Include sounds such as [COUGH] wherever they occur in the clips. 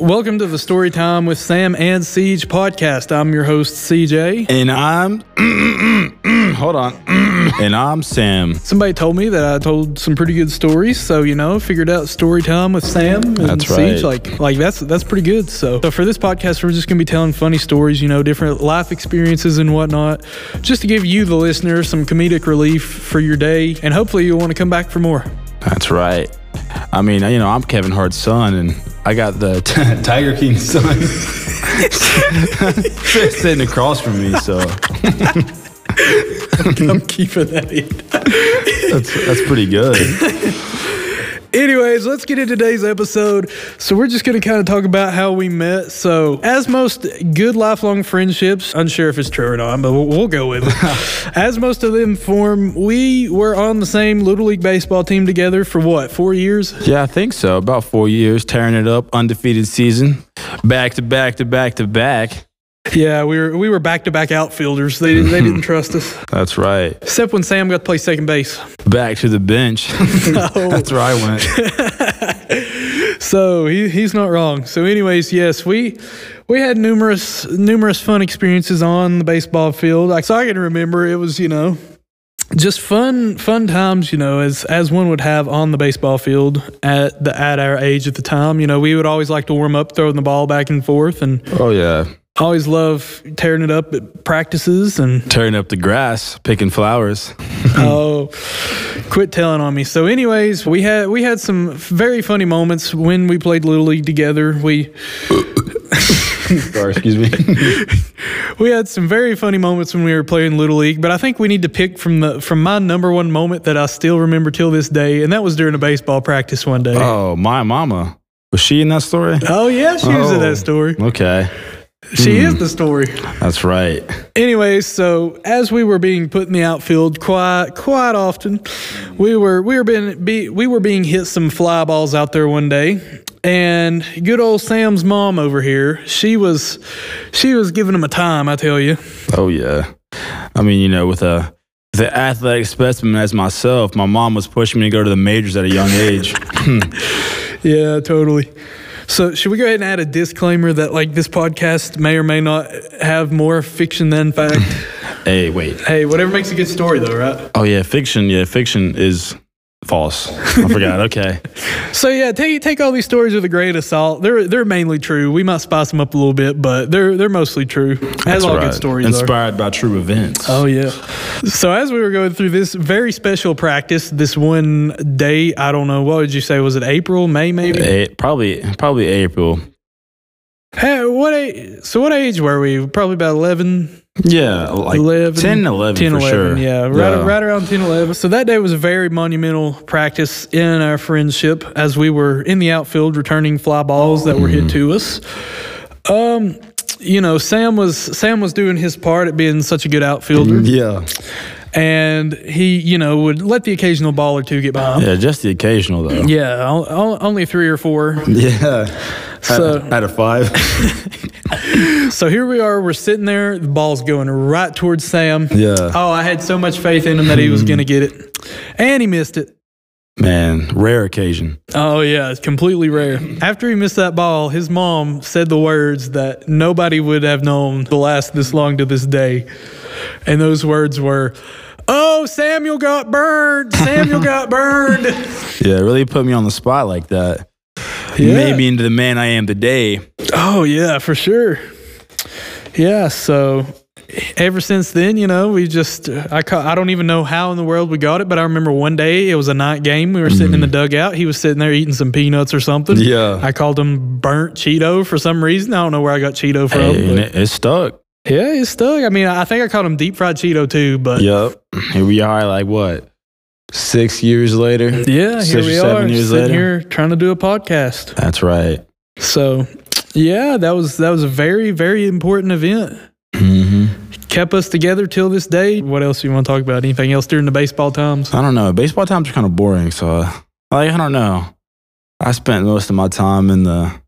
Welcome to the Story Time with Sam and Siege podcast. I'm your host, CJ. And I'm [CLEARS THROAT] hold on. [CLEARS THROAT] and I'm Sam. Somebody told me that I told some pretty good stories, so you know, figured out story time with Sam and That's Siege. right. Like, like that's that's pretty good. So, so for this podcast, we're just gonna be telling funny stories, you know, different life experiences and whatnot, just to give you, the listener, some comedic relief for your day, and hopefully you'll want to come back for [LAUGHS] more. That's right. I mean, you know, I'm Kevin Hart's son, and I got the [LAUGHS] Tiger King's [LAUGHS] son sitting across from me. So I'm keeping that in. that's that's pretty good. Anyways, let's get into today's episode. So, we're just going to kind of talk about how we met. So, as most good lifelong friendships, unsure if it's true or not, but we'll, we'll go with it. as most of them form, we were on the same Little League Baseball team together for what, four years? Yeah, I think so. About four years, tearing it up, undefeated season, back to back to back to back. Yeah, we were we were back to back outfielders. They, didn't- they didn't trust us, That's right. except when Sam got to play second base. Back to the bench. No. [LAUGHS] that's where I went. So he, he's not wrong. So, anyways, yes, we we had numerous numerous fun experiences on the baseball field. Like, so I can remember it was you know just fun fun times. You know, as as one would have on the baseball field at the at our age at the time. You know, we would always like to warm up, throwing the ball back and forth, and [LAUGHS] Oh yeah, always love tearing it up at practices and tearing up the grass, picking flowers. oh, quit telling on me. So, anyways, we had we had some very funny moments when we played little league together. We Sorry, excuse me. we had some very funny moments when we were playing little league. But I think we need to pick from the from my number one moment that I still remember till this day, and that was during a baseball practice one day. Oh, oh, my mama. Was she in that story? yeah, she was in Oh. that story. Okay. She is the story. That's right. Anyways, so as we were being put in the outfield quite quite often, we were we were being be, we were being hit some fly balls out there one day, and good old Sam's mom over here, she was she was giving him a time, I tell you. Oh yeah. I mean, you know, with a the athletic specimen as myself, my mom was pushing me to go to the majors at a [LAUGHS] young age. Yeah, totally. So should we go ahead and add a disclaimer that like this podcast may or may not have more fiction than fact? hey, wait. hey, whatever makes a good story though, right? Oh yeah, fiction. Yeah, fiction is false. I [LAUGHS] forgot. Okay. So yeah, take take all these stories with a grain of salt. They're they're mainly true. We might spice them up a little bit, but they're they're mostly true. As That's all right. good stories are. Inspired by true events. Oh yeah. So as we were going through this very special practice, this one day, I don't know, what would you say? Was it April, May maybe? A- probably probably April. Hey, what age, so what age were we? Probably about eleven, Yeah, like 11, 10 11 10, for 11, sure. Yeah, right, right around 10, 11. So that day was a very monumental practice in our friendship as we were in the outfield returning fly balls that were Mm-hmm. hit to us. Um, you know, Sam was Sam was doing his part at being such a good outfielder, Yeah. Mm-hmm. and he, you know, would let the occasional ball or two get by him. Yeah, just the occasional though. Yeah, o- o- only three or four. [LAUGHS] Yeah. So- out of five. So here we are. We're sitting there. The ball's going right towards Sam. Yeah. Mm-hmm. Oh, I had so much faith in him that he was going to get it, and he missed it. Man, rare occasion. Oh yeah, it's completely rare. After he missed that ball, his mom said the words that nobody would have known to last this long to this day. And those words were, "Oh, Samuel got burned. [LAUGHS] Samuel got burned." Yeah, it really put me on the spot like that. Yeah. Made me into the man I am today. Oh yeah, for sure. Yeah, so ever since then, you know, we just uh, I ca- I don't even know how in the world we got it, but I remember one day it was a night game. We were sitting in the dugout. He was sitting there eating some peanuts or something. Yeah. I called him burnt Cheeto for some reason. I don't know where I got Cheeto from. Hey, and but- it, it stuck. yeah, it's stuck. I mean, I think I called him deep fried Cheeto too, but Yep. Here we are, like what? Six years later. yeah, Six here or we seven are years sitting later. here trying to do a podcast. That's right. So, yeah, that was that was a very very important event. hmm Kept us together till this day. What else do you want to talk about? Anything else during the baseball times? I don't know. Baseball times are kind of boring, so uh, like I don't know. I spent most of my time in the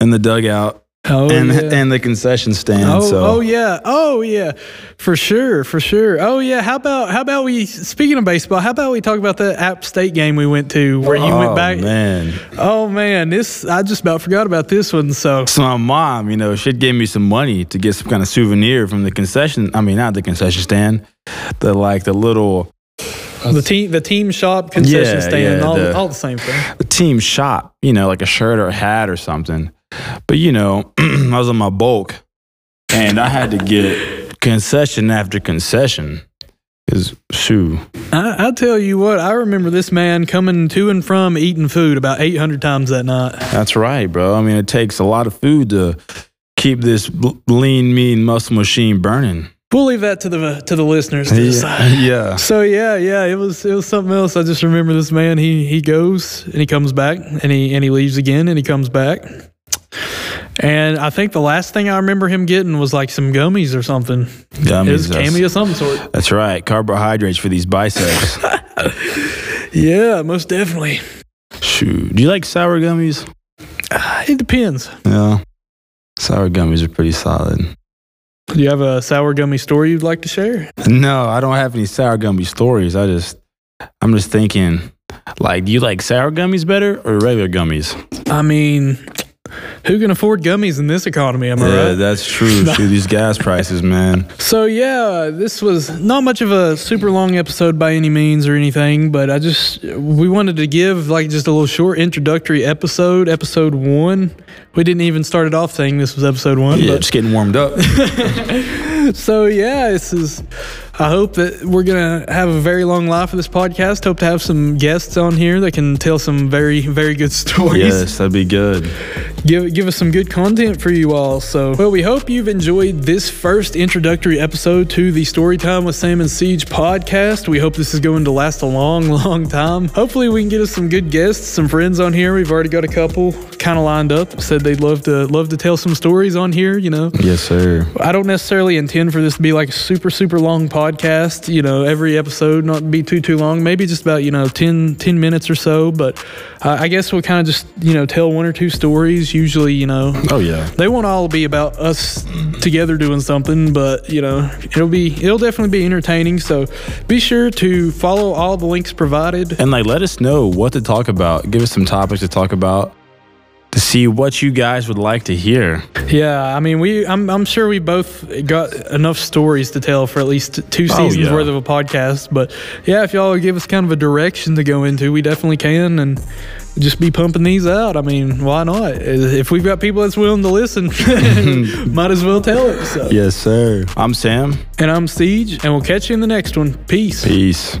in the dugout Oh, and yeah. and the concession stand. Oh, so oh yeah, oh yeah, for sure, for sure. Oh yeah, how about how about we speaking of baseball? How about we talk about that App State game we went to where you Oh, went back? Man, Oh man, this I just about forgot about this one. So so my mom, you know, she gave me some money to get some kind of souvenir from the concession. I mean, not the concession stand, the like the little the team the team shop concession Yeah, stand yeah, all, the- all the same thing. the team shop, you know, like a shirt or a hat or something. But you know, [CLEARS THROAT] I was on my bulk, and I had to get concession after concession. Is shoe. I, I tell you what, I remember this man coming to and from eating food about 800 times that night. That's right, bro. I mean, it takes a lot of food to keep this l- lean, mean muscle machine burning. We'll leave that to the to the listeners to decide. [LAUGHS] yeah. So yeah, yeah, it was it was something else. I just remember this man. He he goes and he comes back and he and he leaves again and he comes back. And I think the last thing I remember him getting was like some gummies or something. Yeah, I mean, It was that's- candy of some [LAUGHS] sort. That's right. Carbohydrates for these biceps. Yeah, most definitely. Shoot. Do you like sour gummies? Uh, It depends. Yeah. Sour gummies are pretty solid. Do you have a sour gummy story you'd like to share? No, I don't have any sour gummy stories. I just, I'm just thinking, like, do you like sour gummies better or regular gummies? I mean, who can afford gummies in this economy? Am I right? that's [LAUGHS] true. Shoot, these gas prices, man. So yeah, this was not much of a super long episode by any means or anything, but I just we wanted to give like just a little short introductory episode, episode one. We didn't even start it off saying this was episode one, Yeah, just getting warmed up. but so yeah, this is. I hope that we're gonna have a very long life of this podcast. Hope to have some guests on here that can tell some very very good [LAUGHS] stories [LAUGHS] [LAUGHS] yes, that'd be good. give give us some good content for you all. So, well, we hope you've enjoyed this first introductory episode to the Storytime with Sam and Siege podcast. We hope this is going to last a long, [LAUGHS] long time. Hopefully, we can get us some good guests, some friends on here. We've already got a couple kind of lined up. Said they'd love to love to tell some stories on here. You know, Yes, sir. I don't necessarily intend for this to be like a super, super long podcast, you know, every episode not be too, too long, maybe just about, you know, 10, 10 minutes or so. But uh, I guess we'll kind of just, you know, tell one or two stories. Usually, you know, Oh yeah. they won't all be about us together doing something, but you know, it'll be, it'll definitely be entertaining. So be sure to follow all the links provided. and like let us know what to talk about. Give us some topics to talk about to see what you guys would like to hear. Yeah. I mean, we, I'm, I'm sure we both got enough stories to tell for at least two Oh, seasons yeah. worth of a podcast. But yeah, if y'all would give us kind of a direction to go into, we definitely can and just be pumping these out. I mean, why not? If we've got people that's willing to listen, [LAUGHS] might as well tell [LAUGHS] it. So. Yes, sir. I'm Sam. And I'm Siege, and we'll catch you in the next one. Peace. Peace.